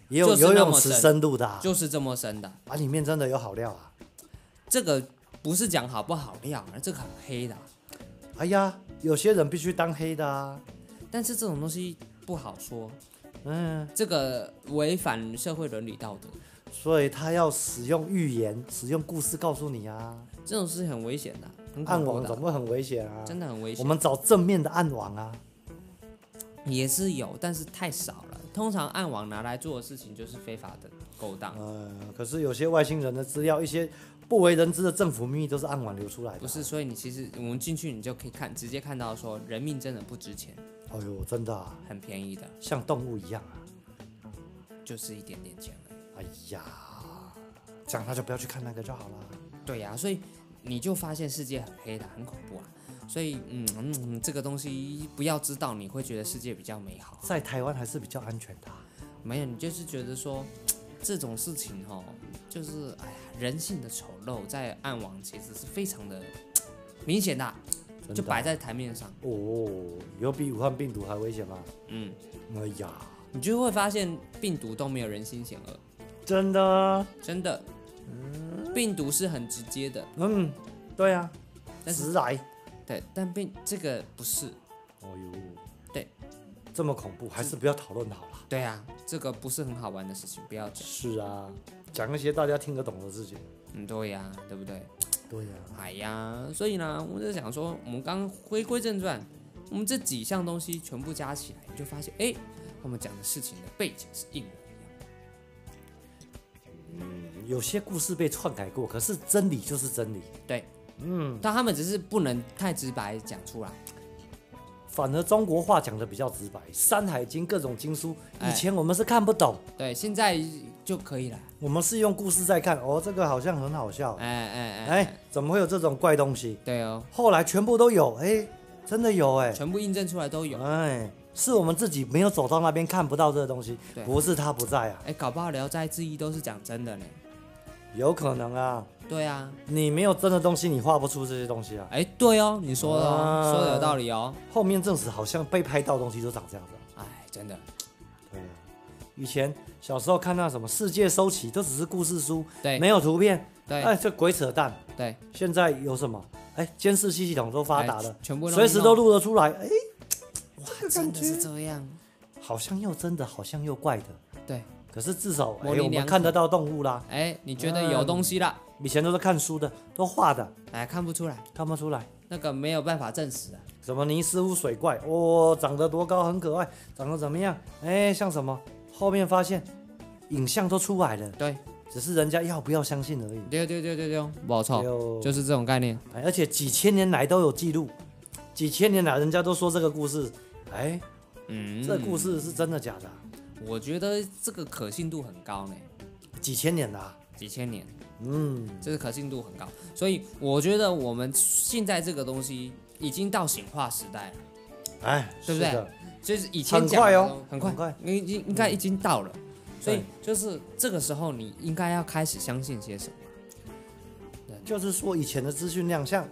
B: 也有
A: 就是
B: 游
A: 那
B: 泳
A: 么
B: 池
A: 深
B: 深度的啊，
A: 就是这么深的。
B: 啊，里面真的有好料啊！
A: 这个不是讲好不好料啊，这个很黑的啊、
B: 哎呀，有些人必须当黑的啊，
A: 但是这种东西不好说，
B: 嗯，
A: 这个违反社会伦理道德，
B: 所以他要使用预言，使用故事告诉你啊。
A: 这种是很危险的啊，很
B: 暗
A: 恐怖
B: 网
A: 的
B: 总
A: 啊，
B: 会很危险啊，
A: 真的很危
B: 我
A: 险。
B: 们找正面的暗网啊，
A: 也是有，但是太少了。通常暗网拿来做的事情就是非法的勾当，
B: 呃，可是有些外星人的资料，一些不为人知的政府秘密都是暗网流出来的、啊
A: 不是？，所以你其实我们进去，你就可以看，直接看到说人命真的不值钱，
B: 哎呦，真的、啊、
A: 很便宜的，
B: 像动物一样啊！
A: 就是一点点钱而已。
B: 哎呀，讲他就不要去看那个就好了。
A: 对呀、所以你就发现世界很黑的，很恐怖啊。所以，嗯嗯，这个东西不要知道，你会觉得世界比较美好。
B: 在台湾还是比较安全的啊、
A: 没有，你就是觉得说这种事情哦，就是哎呀，人性的丑陋在暗网其实是非常的明显的啊，
B: 真的
A: 就摆在台面上。
B: 哦，有比武汉病毒还危险吗？
A: 嗯，
B: 哎呀，
A: 你就会发现病毒都没有人心险恶，
B: 真的啊，
A: 真的。病毒是很直接的，
B: 嗯，对啊，
A: 但是
B: 直来，
A: 对，但病这个不是，
B: 哦呦，
A: 对，
B: 这么恐怖，还是不要讨论好了。
A: 对啊，这个不是很好玩的事情，不要讲。
B: 是啊，讲一些大家听得懂的事情。
A: 嗯，对呀、对不对？
B: 对呀、啊
A: 哎呀，所以呢，我就想说，我们刚回归正传，我们这几项东西全部加起来，你就发现，哎，我们讲的事情的背景是一模一样。
B: 有些故事被篡改过，可是真理就是真理，
A: 对，嗯，但他们只是不能太直白讲出来。
B: 反而中国话讲的比较直白，《山海经》各种经书，
A: 哎
B: 以前我们是看不懂，
A: 对，现在就可以了。
B: 我们是用故事在看。哦，这个好像很好笑，
A: 哎哎哎，
B: 哎，怎么会有这种怪东西？
A: 对哦，
B: 后来全部都有，哎，真的有，哎，
A: 全部印证出来都有。
B: 哎，是我们自己没有走到那边看不到这个东西
A: 对，
B: 不是他不在啊，
A: 哎，搞不好《聊斋志异》都是讲真的呢。
B: 有可能啊，
A: 对啊，
B: 你没有真的东西，你画不出这些东西啊。
A: 哎，对哦，你说的哦，
B: 啊
A: 说的有道理哦。
B: 后面证实好像被拍到的东西都长这样子啊。
A: 哎，真的，
B: 对啊，以前小时候看那什么《世界收奇》，都只是故事书，
A: 对
B: 没有图片，
A: 对
B: 哎，这鬼扯淡。
A: 对，
B: 现在有什么？哎，监视器系统都发达
A: 哎
B: 了，
A: 全部
B: 随时都录得出来。哎，
A: 哇，真的是这样。
B: 好像又真的，好像又怪的。
A: 对，
B: 可是至少哎，
A: 模棱
B: 我
A: 两
B: 们
A: 可
B: 看得到动物啦。
A: 哎，你觉得有东西了？
B: 以前都是看书的，都画的，
A: 哎，看不出来，
B: 看不出来。
A: 那个没有办法证实啊。
B: 什么尼斯湖水怪，哦，长得多高，很可爱，长得怎么样？哎，像什么？后面发现影像都出来了，
A: 对，
B: 只是人家要不要相信而已。
A: 对对对对对，没错，
B: 就
A: 就是这种概念。
B: 哎，而且几千年来都有记录，几千年来人家都说这个故事，哎，
A: 嗯，
B: 这故事是真的假的啊、
A: 我觉得这个可信度很高呢，
B: 几千年啊啦、
A: 几千年，
B: 嗯，
A: 这是可信度很高。所以我觉得我们现在这个东西已经到显化时代了，
B: 哎，
A: 对不对
B: 是的？
A: 就是以前
B: 很
A: 讲的
B: 快哦
A: 东很快
B: 很快，嗯
A: 你已经应该已经到了。所以
B: 对
A: 就是这个时候，你应该要开始相信些什么？
B: 就是说以前的资讯量，像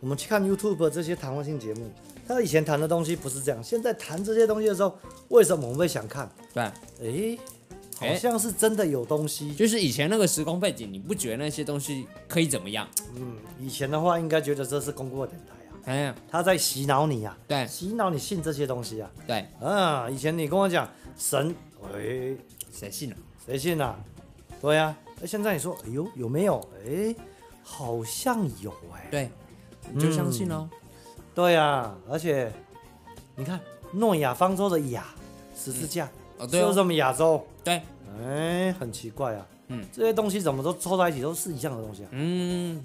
B: 我们去看 YouTube 这些谈话性节目，他以前谈的东西不是这样，现在谈这些东西的时候，为什么我们会想看？
A: 对，
B: 哎，好
A: 哎
B: 像是真的有东西。
A: 就是以前那个时空背景，你不觉得那些东西可以怎么样？
B: 嗯，以前的话应该觉得这是公共电台啊，
A: 哎，
B: 他在洗脑你啊，
A: 对
B: 洗脑你信这些东西啊。
A: 对，
B: 啊，以前你跟我讲神，哎，
A: 谁信了？
B: 谁信啊？对呀、那现在你说，哎呦，有没有？哎，好像有哎、
A: 对，你就相信喽。
B: 对呀、而且嗯你看，诺亚方舟的亚十字架，
A: 哦，
B: 就
A: 对
B: 是
A: 哦，
B: 这么亚洲，
A: 对，
B: 哎，很奇怪啊。
A: 嗯，
B: 这些东西怎么都凑在一起都是一样的东西啊？
A: 嗯，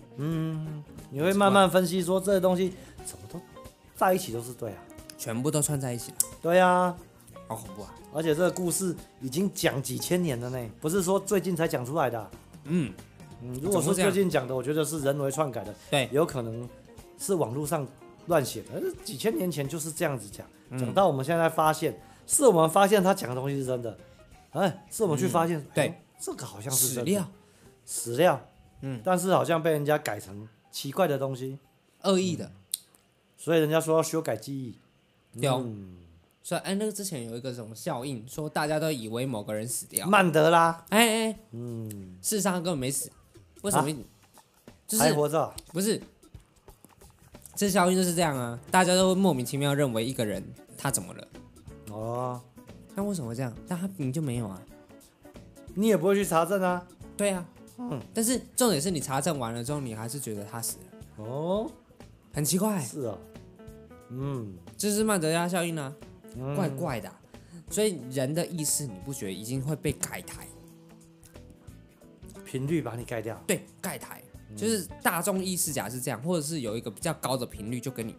B: 你会慢慢分析说这些东西怎么都在一起都是对啊，
A: 全部都串在一起了，
B: 对呀、
A: 好恐怖啊！
B: 而且这个故事已经讲几千年了呢，不是说最近才讲出来的啊、
A: 嗯，
B: 嗯，如果说最近讲的，我觉得是人为篡改的，
A: 对
B: 有可能是网络上乱写的，但是几千年前就是这样子讲，
A: 嗯
B: 讲到我们现在发现，是我们发现他讲的东西是真的，哎，是我们去发现，
A: 嗯对
B: 哎这个好像是
A: 史
B: 真的
A: 料，
B: 史料，
A: 嗯，
B: 但是好像被人家改成奇怪的东西，
A: 恶意的，
B: 所以人家说要修改记忆，
A: 对哦，所以哎，那个之前有一个什么效应，说大家都以为某个人死掉，
B: 曼德拉，
A: 哎哎，
B: 嗯，
A: 事实上他根本没死，为什么一？就
B: 啊还
A: 是
B: 活着，
A: 不是，这效应就是这样啊，大家都会莫名其妙认为一个人他怎么了，
B: 哦，
A: 那为什么会这样？但他明明就没有啊。
B: 你也不会去查证啊，
A: 对啊，
B: 嗯，
A: 但是重点是你查证完了之后，你还是觉得他死了，
B: 哦，
A: 很奇怪，
B: 是啊，嗯，
A: 这是曼德拉效应啊，
B: 嗯
A: 怪怪的啊、所以人的意识，你不觉得已经会被改台？
B: 频率把你盖掉，
A: 对，盖台
B: 嗯
A: 就是大众意识假是这样，或者是有一个比较高的频率就给你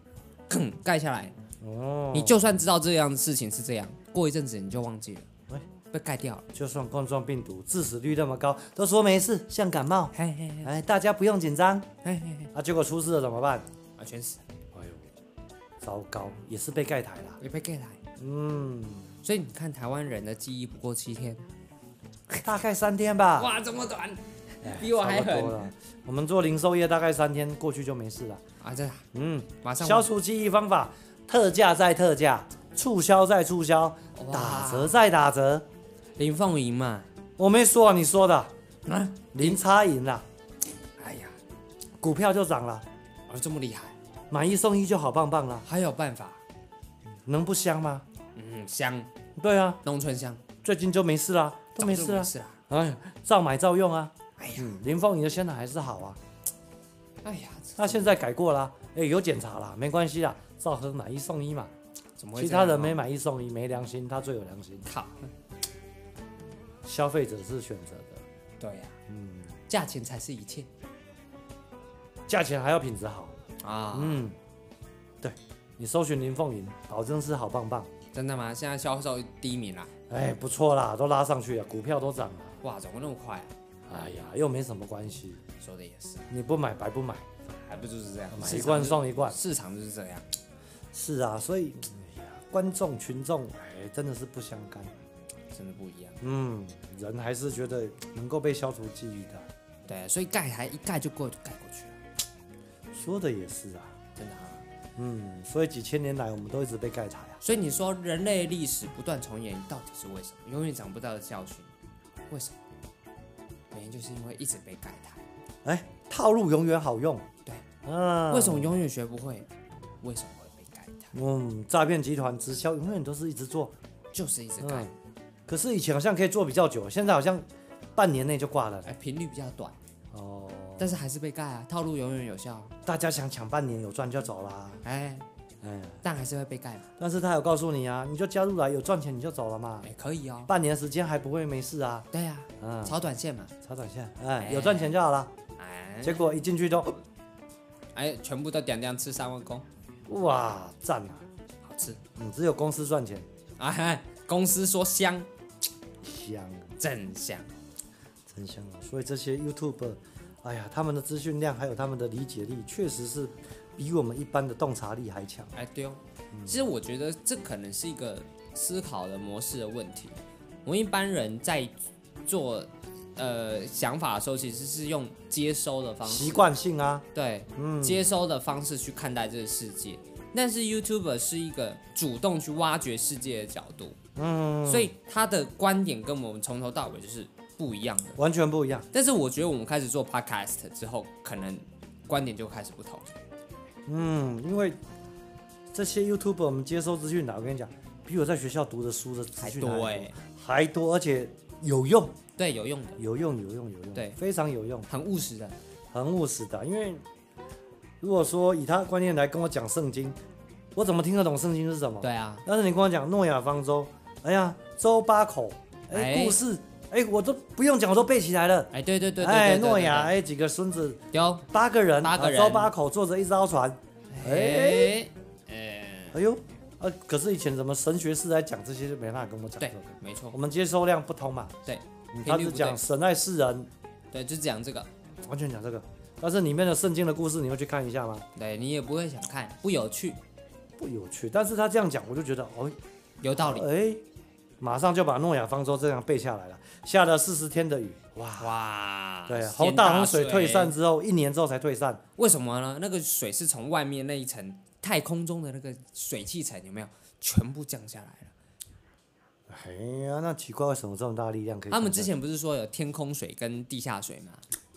A: 盖下来。
B: 哦，
A: 你就算知道这样的事情是这样，过一阵子你就忘记了
B: 喂，
A: 被盖掉了。
B: 就算冠状病毒致死率那么高，都说没事，像感冒，
A: 嘿嘿嘿
B: 哎，大家不用紧张
A: 嘿嘿嘿，
B: 啊，结果出事了怎么办？
A: 啊，全死了，
B: 哎呦，糟糕，也是被盖台 啦，
A: 也被盖台。
B: 嗯，
A: 所以你看台湾人的记忆不过七天，
B: 大概三天吧，
A: 哇，这么短
B: 哎
A: 比我还
B: 差不多
A: 狠
B: 了。我们做零售业大概三天过去就没事了。
A: 啊！这
B: 嗯，
A: 马上
B: 消除记忆方法：特价再特价，促销再促销，
A: 哇
B: 打折再打折。
A: 林凤营嘛，
B: 我没说、啊，你说的
A: 啊，
B: 零差啊赢啦，
A: 哎呀，
B: 股票就涨了，
A: 啊这么厉害，
B: 买一送一就好棒棒啦，
A: 还有办法，
B: 能不香吗？
A: 嗯，香，
B: 对啊，
A: 农村香，
B: 最近就没事啦，都没
A: 早
B: 事
A: 就
B: 啦
A: 没。事啦。
B: 哎，照买照用啊。
A: 哎呀，
B: 嗯，林凤仪的鲜奶还是好啊，
A: 哎呀，
B: 那现在改过啦，哎，有检查啦，没关系啦，照喝买一送一嘛。
A: 怎么会
B: 其
A: 这
B: 他
A: 样
B: 人没
A: 啊
B: 买一送一，没良心，他最有良心。
A: 靠，
B: 消费者是选择的，
A: 对呀，
B: 嗯，
A: 价钱才是一切
B: 价钱还要品质好，
A: 啊。
B: 嗯，对，你搜寻林凤营，保证是好棒棒。
A: 真的吗？现在销售低迷啦，
B: 哎，不错啦，都拉上去了，股票都涨了。
A: 啊哇，怎么那么快啊？
B: 哎呀，又没什么关系，
A: 说的也是，
B: 你不买白不买，
A: 还不就是这样，
B: 买
A: 市
B: 一
A: 场
B: 罐
A: 就
B: 送一罐。
A: 市场就是这样。
B: 是啊，所以，哎呀，观众群众，哎，真的是不相干。
A: 真的不一样。
B: 嗯，人还是觉得能够被消除记忆的。
A: 对，所以盖台一盖就过就盖过去了，
B: 说的也是啊，
A: 真的、啊。
B: 嗯，所以几千年来我们都一直被盖台啊。
A: 所以你说人类历史不断重演，到底是为什么？永远长不到的教训，为什么？原因就是因为一直被盖台。
B: 哎，套路永远好用。
A: 对，
B: 嗯，
A: 为什么永远学不会？为什么会被盖台？
B: 嗯，诈骗集团直销永远都是一直做，
A: 就是一直盖
B: 嗯，，可是以前好像可以做比较久，现在好像半年内就挂了。
A: 哎、频率比较短，
B: 哦，
A: 但是还是被盖啊，套路永远有效啊。
B: 大家想抢半年有赚就走啦。
A: 哎，
B: 哎，
A: 但还是会被盖嘛。
B: 但是他有告诉你啊，你就加入来，有赚钱你就走了嘛，
A: 哎，可以哦。
B: 半年时间还不会没事啊。
A: 对呀、啊，
B: 嗯，
A: 炒短线嘛。
B: 查短线，哎，
A: 哎
B: 有赚钱就好了。
A: 哎，
B: 结果一进去都，
A: 哎，全部都点点吃三万公，
B: 哇，赞啊！
A: 好吃。
B: 嗯，只有公司赚钱，
A: 哎，公司说香，
B: 香啊，
A: 真香。
B: 真香啊！所以这些 YouTube，哎呀，他们的资讯量还有他们的理解力，确实是比我们一般的洞察力还强。
A: 哎，对哦，其实我觉得这可能是一个思考的模式的问题。我们一般人在做呃想法的时候，其实是用接收的方
B: 习
A: 式，
B: 惯性啊，
A: 对，
B: 嗯，
A: 接收的方式去看待这个世界。但是 YouTuber 是一个主动去挖掘世界的角度，
B: 嗯，
A: 所以他的观点跟我们从头到尾就是不一样的。
B: 完全不一样。
A: 但是我觉得我们开始做 Podcast 之后，可能观点就开始不同。
B: 嗯，因为这些 YouTube 我们接收资讯的，我跟你讲，比我在学校读的书的资
A: 还
B: 讯
A: 多
B: 还
A: 哎
B: 多，还多，而且有用，
A: 对，有用的，
B: 有用，有用，有用，
A: 对
B: 非常有用，
A: 很务实的。
B: 很务实的。因为如果说以他的观念来跟我讲圣经，我怎么听得懂圣经是什么？
A: 对啊，
B: 但是你跟我讲诺亚方舟，哎呀，周八口，哎，
A: 哎
B: 故事，哎，我都不用讲，我都背起来了。
A: 哎，对对对对对
B: 哎，
A: 对对
B: 诺亚，
A: 对
B: 哎，几个孙子，
A: 有，
B: 八个人，
A: 八个
B: 啊
A: 人
B: 周八口坐着一艘船，
A: 哎
B: 哎，
A: 哎，
B: 哎呦，呃，可是以前怎么神学士来讲这些就没办法跟我讲这
A: 对
B: 个，，
A: 没错
B: 我，们接收量不通嘛。
A: 对
B: 嗯，
A: 频
B: 他
A: 率
B: 只
A: 不
B: 讲
A: 对
B: 神爱世人，
A: 对，就讲这个，
B: 完全讲这个。但是里面的圣经的故事，你会去看一下吗？
A: 对你也不会想看，不有趣，
B: 不有趣。但是他这样讲，我就觉得，哦，
A: 有道理。
B: 哎，马上就把诺亚方舟这样背下来了。下了四十天的雨，哇，
A: 哇，
B: 对，
A: 咸
B: 洪大洪水退散，之后，一年之后才退散。
A: 为什么呢？那个水是从外面那一层太空中的那个水汽层有没有全部降下来了。
B: 哎呀，那奇怪，为什么这么大力量可以？
A: 他们之前不是说有天空水跟地下水吗？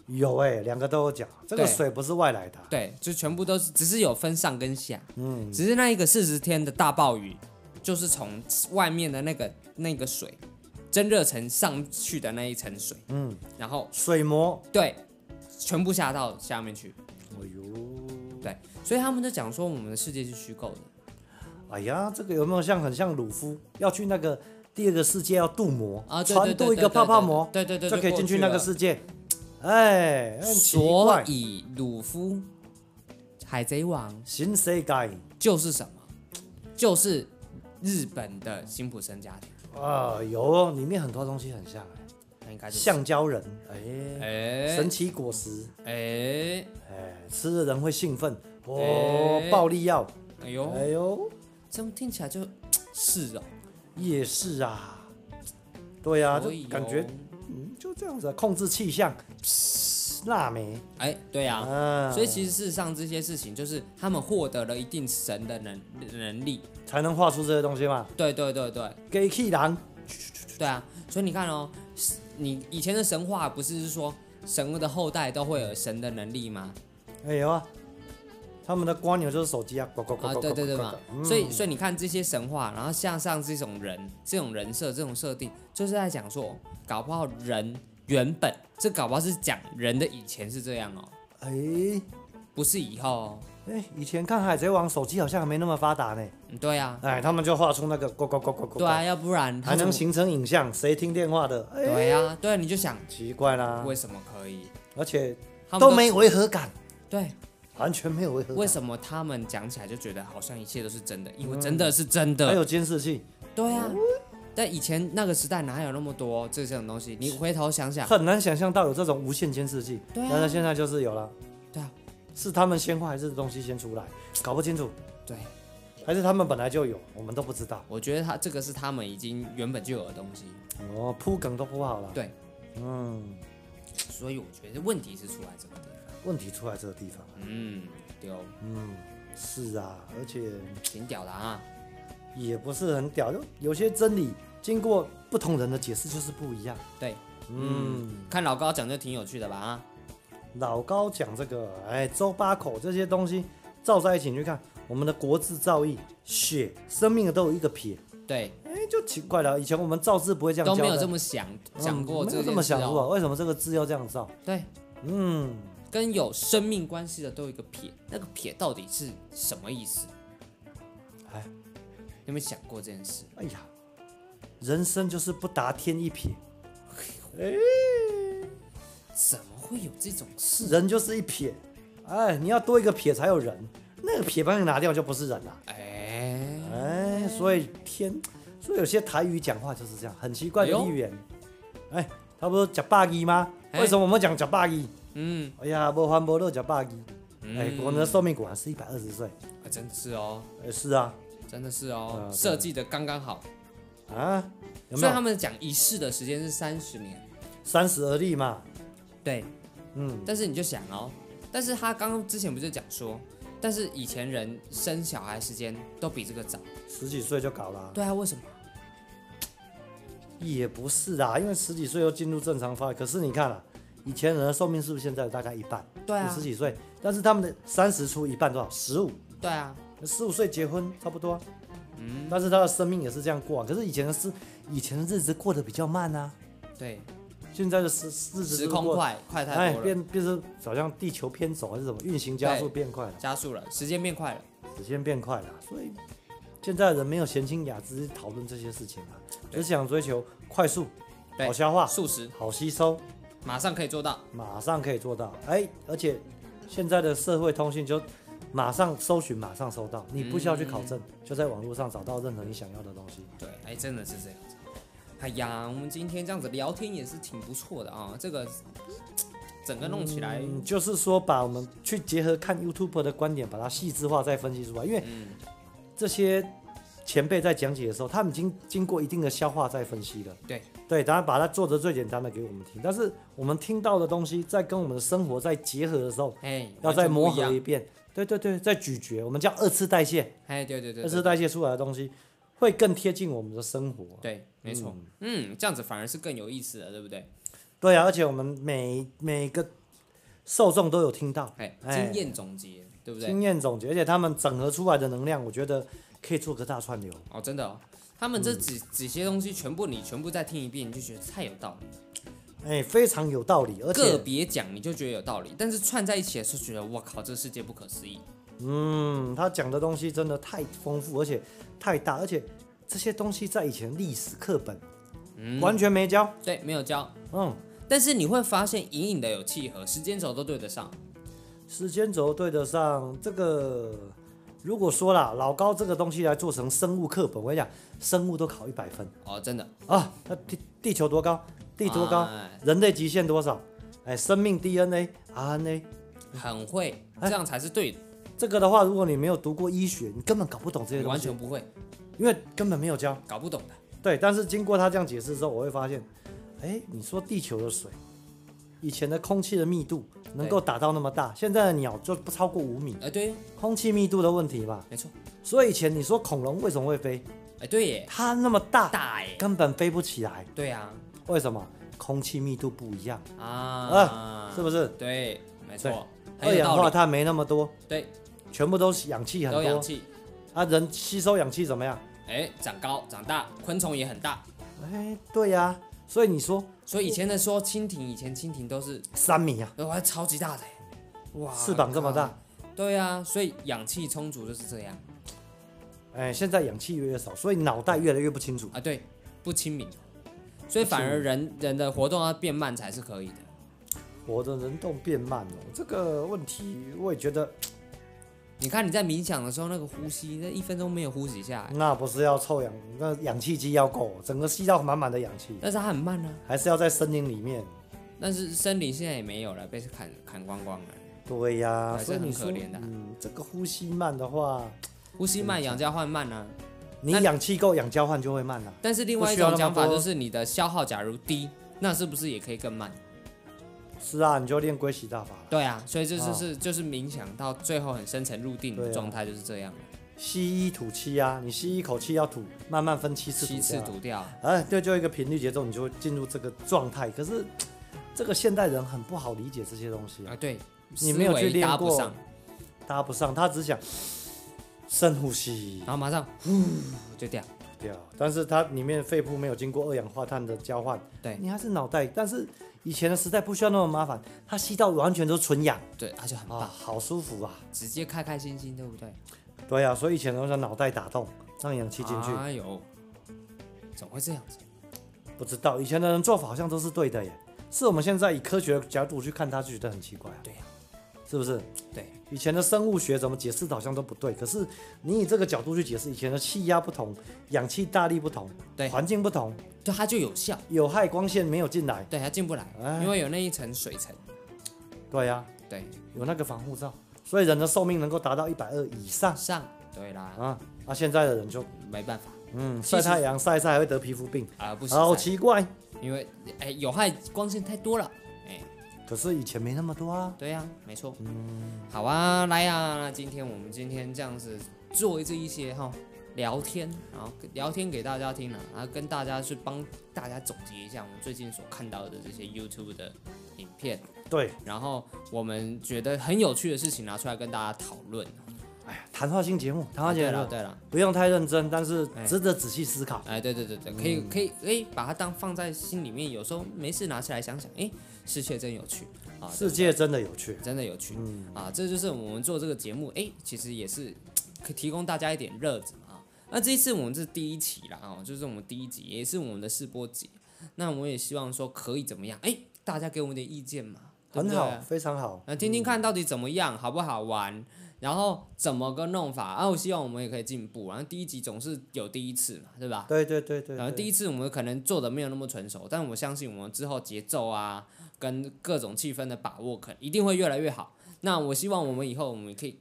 B: 有哎、两个都有讲，这个
A: 对
B: 水不是外来的啊、
A: 对，就全部都是，只是有分上跟下。嗯，只是那一个四十天的大暴雨，就是从外面的那个那个水蒸热层上去的那一层水，嗯，然后
B: 水魔。
A: 对，全部下到下面去。
B: 哎呦，
A: 对，所以他们就讲说我们的世界是虚构的。
B: 哎呀，这个有没有像很像鲁夫要去那个第二个世界要镀膜
A: 啊，对
B: 传
A: 对对
B: 渡一
A: 对
B: 个
A: 对
B: 泡泡
A: 对
B: 膜，
A: 对对对，
B: 就可以进去那个
A: 世。
B: 世界？哎，很奇
A: 所
B: 怪，
A: 以鲁夫《海贼王》
B: 新世界
A: 就是什么？就是日本的辛普森家庭，
B: 啊，有哦，里面很多东西很像哎、
A: 那应该就是
B: 橡胶人，哎、
A: 哎
B: 神奇果实，
A: 哎
B: 哎，吃的人会兴奋哦，
A: 哎
B: 暴力药，
A: 哎呦，
B: 哎呦，
A: 这么听起来就是哦，
B: 也是啊，对呀、啊，就
A: 所以哦
B: 感觉嗯就这样子啊、控制气象，腊梅
A: 哎，对啊。
B: 啊，
A: 所以其实事实上这些事情就是他们获得了一定神的能能力，
B: 才能画出这些东西嘛。
A: 对对对对
B: 给气狼，
A: 对啊，所以你看哦，你以前的神话不是说神的后代都会有神的能力吗？
B: 哎有啊，他们的瓜牛就是手机啊，呱呱呱
A: 啊，
B: 呱呱
A: 对对对
B: 呱
A: 嘛
B: 呱呱，
A: 所以所以你看这些神话，然后像上这种人、这种人设、这种设定，就是在讲说，搞不好人原本这搞不好是讲人的以前是这样哦，
B: 哎
A: 不是以后哦。
B: 哎，以前看海贼王手机好像还没那么发达呢，
A: 嗯对啊，
B: 哎，他们就画出那个呱呱呱呱呱，
A: 对啊，，要不然他
B: 还
A: 怎
B: 能
A: 么？
B: 形成影像，谁听电话的？哎，
A: 对啊，对啊，你就想
B: 奇怪啦，
A: 为什么可以？
B: 而且
A: 他们
B: 都没违和感，
A: 对，
B: 完全没有违和感。
A: 为什么他们讲起来就觉得好像一切都是真的？因
B: 嗯
A: 为真的是真
B: 还
A: 的，
B: 有监视器，
A: 对啊。
B: 嗯
A: 但以前那个时代哪有那么多这种东西？你回头想想，
B: 很难想象到有这种无线监视器。
A: 啊对啊
B: 但是现在就是有了。
A: 对啊，
B: 是他们先画还是东西先出来？搞不清楚，
A: 对，
B: 还是他们本来就有，我们都不知道。
A: 我觉得他这个是他们已经原本就有的东西，
B: 哦，铺梗都铺好了。
A: 对，
B: 嗯，
A: 所以我觉得问题是出在这个地方。
B: 问题出在这个地方。
A: 嗯，丢、
B: 嗯，是啊，而且
A: 挺屌的啊。
B: 也不是很屌，就有些真理经过不同人的解释就是不一样。
A: 对，
B: 嗯，
A: 看老高讲就挺有趣的吧啊。
B: 老高讲这个，哎，周八口这些东西照在一起，你去看我们的国字造诣，血生命都有一个撇，
A: 对，
B: 哎，就奇怪了。以前我们造字不会这样教
A: 都
B: 的，
A: 没有这么想想过
B: 嗯没
A: 这
B: 有
A: 件
B: 这么
A: 事
B: 想
A: 哦
B: 过，为什么这个字要这样造？
A: 对，
B: 嗯，
A: 跟有生命关系的都有一个撇，那个撇到底是什么意思？
B: 哎，
A: 有没有想过这件事？
B: 哎呀，人生就是不达天一撇，哎
A: 怎么会有这种事？
B: 人就是一撇，哎，你要多一个撇才有人，那个撇把你拿掉就不是人了。
A: 哎，
B: 哎，所以天，所以有些台语讲话就是这样，很奇怪的
A: 哎呦
B: 语言。哎，他不是讲霸一吗？
A: 哎
B: 为什么我们讲讲霸一？
A: 嗯，
B: 哎呀，不欢不乐讲霸一。
A: 嗯
B: 哎，我们的寿命果然是一百二十岁。
A: 啊真是哦，
B: 哎，是啊，
A: 真的是哦
B: 啊，对
A: 设计的刚刚好。
B: 啊，有没
A: 所以他
B: 有
A: 们讲仪式的时间是三十年。
B: 三十而立嘛？
A: 对，
B: 嗯，
A: 但是你就想哦，但是他刚刚之前不就讲说，但是以前人生小孩时间都比这个早。
B: 十几岁就搞啦、
A: 对啊，为什么？
B: 也不是啊啦，因为十几岁又进入正常发育。可是你看啊，以前人的寿命是不是现在的大概一半？
A: 对
B: 你
A: 啊
B: 十，几岁，但是他们的三十出一半多少？十五。
A: 对啊，
B: 十五岁结婚差不多、嗯，但是他的生命也是这样过、啊。可是以前的是以前的日子过得比较慢啊，
A: 对，
B: 现在的时日子
A: 时
B: 就过
A: 空，快，快太
B: 哎，
A: 多了，
B: 变变成好像地球偏走还是什么，运行加速
A: 对
B: 变快了，
A: 加速了，时间变快了。
B: 时间变快了，所以现在人没有闲情雅致讨论这些事情了、啊只想追求快速、
A: 对
B: 好消化、
A: 素食
B: 好吸收，
A: 马上可以做到，
B: 马上可以做到。哎，而且现在的社会通信就。马上搜寻，马上收到，你不需要去考证，
A: 嗯
B: 就在网络上找到任何你想要的东西。
A: 对，哎，真的是这样子。哎呀，我们今天这样子聊天也是挺不错的啊、这个整个弄起来，
B: 嗯，就是说把我们去结合看 YouTube 的观点，把它细致化再分析出来。因为
A: 嗯
B: 这些前辈在讲解的时候，他们已经经过一定的消化再分析了。
A: 对
B: 对，当然把它做得最简单的给我们听，但是我们听到的东西在跟我们的生活在结合的时候，
A: 哎，
B: 要再磨合
A: 完全不一
B: 一
A: 样，
B: 遍。对对对，再咀嚼，我们叫二次代谢。
A: 哎，对对对
B: 二
A: 对
B: 次代谢出来的东西，会更贴近我们的生活。
A: 对，没错，嗯，这样子反而是更有意思的，对不对？
B: 对啊，而且我们每每个受众都有听到，
A: 哎，
B: 哎
A: 经验总结，对不对？
B: 经验总结，而且他们整合出来的能量，我觉得可以做个大串流。
A: 哦，真的哦，他们这
B: 嗯
A: 几几些东西全部你全部再听一遍，你就觉得太有道理了。
B: 哎，非常有道理，而
A: 个
B: 且
A: 别讲你就觉得有道理，但是串在一起的时候觉得我靠，这世界不可思议。
B: 嗯，他讲的东西真的太丰富，而且太大，而且这些东西在以前历史课本、
A: 嗯，
B: 完全没教。
A: 对，没有教，
B: 嗯，
A: 但是你会发现隐隐的有契合，时间轴都对得上。
B: 时间轴对得上这个。如果说啦，老高这个东西来做成生物课本，我跟你讲，生物都考一百分
A: 哦，真的，
B: 啊。那地地球多高？地多高？
A: 哎
B: 人类极限多少？哎，生命 DNA、RNA
A: 很会，
B: 哎
A: 这样才是对的，
B: 这个的话，如果你没有读过医学，你根本搞不懂这些
A: 你
B: 东
A: 完
B: 西，
A: 全不会，
B: 因为根本没有教。
A: 搞不懂的。
B: 对，但是经过他这样解释之后，我会发现，哎，你说地球的水，以前的空气的密度能够达到那么大，现在的鸟就不超过五米，
A: 哎，对，
B: 空气密度的问题嘛。
A: 没错，
B: 所以以前你说恐龙为什么会飞？
A: 哎，对耶，
B: 它那么大，
A: 大耶，
B: 根本飞不起来，
A: 对啊，
B: 为什么？空气密度不一样，
A: 啊，
B: 是不是？
A: 对，没错，很
B: 二
A: 有
B: 氧化
A: 道理，
B: 碳没那么多，
A: 对，
B: 全部都是氧气很
A: 都氧
B: 多
A: 气，
B: 啊，人吸收氧气怎么样？
A: 哎，长高长大，昆虫也很大，
B: 哎，对呀、所以你说
A: 所以以前的说蜻蜓，以前蜻蜓都是
B: 三米啊，
A: 哇超级大的耶，哇，
B: 翅膀这么大，
A: 靠，对啊，所以氧气充足就是这样
B: 哎，现在氧气越来越少，所以脑袋越来越不清楚。
A: 啊，对，不亲民，所以反而人人的活动要变慢才是可以的。
B: 我的人动变慢了，这个问题我也觉得，
A: 你看你在冥想的时候，那个呼吸，那一分钟没有呼吸下来，
B: 哎那不是要臭氧，那氧气机要够，整个吸到满满的氧气，
A: 但是它很慢啊。
B: 还是要在森林里面。
A: 但是森林现在也没有了，被砍砍光光了。
B: 对呀、
A: 还是
B: 所以你
A: 很
B: 说
A: 可怜的啊
B: 嗯，这个呼吸慢的话，
A: 呼吸慢，氧交换慢啊。
B: 你
A: 那
B: 氧气够，氧交换就会慢了、
A: 但是另外一
B: 不需要
A: 种
B: 那
A: 讲
B: 么
A: 法
B: 多
A: 就是，你的消耗假如低，那是不是也可以更慢？
B: 是啊，你就练龟息大法了。
A: 对啊，所以这就
B: 哦
A: 是、就是冥想到最后很深沉入定的
B: 对啊
A: 状态就是这样，
B: 吸一吐七啊，你吸一口气要吐，慢慢分七次吐
A: 七次
B: 掉
A: 读掉。
B: 哎，对，就一个频率节奏，你就会进入这个状态。可是这个现代人很不好理解这些东西啊
A: 啊，，对，
B: 你没有
A: 思
B: 去
A: 维
B: 练
A: 搭不
B: 过
A: 上，
B: 搭不上，他只想深呼吸
A: 然后马上呼就掉，
B: 掉，但是它里面肺部没有经过二氧化碳的交换，
A: 对
B: 你还是脑袋。但是以前的时代不需要那么麻烦，它吸到完全都是纯氧
A: 对，他就很棒，
B: 啊，好舒服啊。
A: 直接开开心心，对不对？
B: 对啊，所以以前都是脑袋打洞，让氧气进去。
A: 哎呦，怎么会这样子？
B: 不知道以前的人做法好像都是对的耶，是我们现在以科学角度去看它，就觉得很奇怪啊。
A: 对呀
B: 是不是？
A: 对，
B: 以前的生物学怎么解释的好像都不对，可是你以这个角度去解释，以前的气压不同，氧气大力不同，
A: 对
B: 环境不同，
A: 对，它就有效，
B: 有害光线没有进来，
A: 对，它进不来，
B: 哎
A: 因为有那一层水层，
B: 对呀、
A: 对，
B: 有那个防护罩，所以人的寿命能够达到一百二以上
A: 上，对啦，
B: 啊。啊，现在的人就
A: 没办法
B: 嗯
A: 其实
B: 晒太阳晒一晒还会得皮肤病，
A: 啊，不行，
B: 好奇怪。
A: 因为哎有害光线太多了，哎，
B: 可是以前没那么多啊，
A: 对呀、没错，好啊，来呀、那今天我们今天这样子做这一些哈聊天，然后聊天给大家听了，然后跟大家去帮大家总结一下我们最近所看到的这些 YouTube 的影片，
B: 对，
A: 然后我们觉得很有趣的事情拿出来跟大家讨论。
B: 谈话性节目，谈话
A: 啊
B: 性
A: 对
B: 节
A: 了
B: 目
A: 对了，
B: 不用太认真，但是
A: 哎
B: 值得仔细思考。
A: 哎对对对对，可以可以可以把它当放在心里面，有时候没事拿起来想想，哎，世界真有趣啊，
B: 世界真的有趣，
A: 真的有趣、
B: 嗯
A: 啊！这就是我们做这个节目，哎，其实也是可以提供大家一点乐子啊。那这一次我们是第一期啦，哦，就是我们第一集，也是我们的试播集。那我也希望说可以怎么样？哎，大家给我们点意见嘛，对不
B: 很
A: 对
B: 好，非常好。
A: 那听听看到底怎么样，好不好玩，然后怎么个弄法啊？我希望我们也可以进步。然后第一集总是有第一次嘛，对吧？
B: 对对对对
A: 啊然后呃
B: 对，
A: 第一次我们可能做的没有那么成熟，但我相信我们之后节奏啊，跟各种气氛的把握，可能一定会越来越好。那我希望我们以后我们可以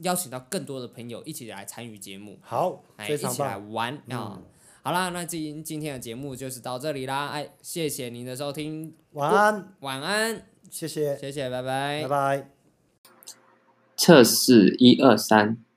A: 邀请到更多的朋友一起来参与节目，
B: 好，
A: 哎，
B: 非
A: 一
B: 常
A: 起来
B: 棒。嗯
A: 玩啊、好啦，那今今天的节目就是到这里啦，哎，谢谢您的收听，
B: 晚安，
A: 晚安，
B: 谢谢，
A: 谢谢，拜拜
B: 拜拜。
A: 测试一二三。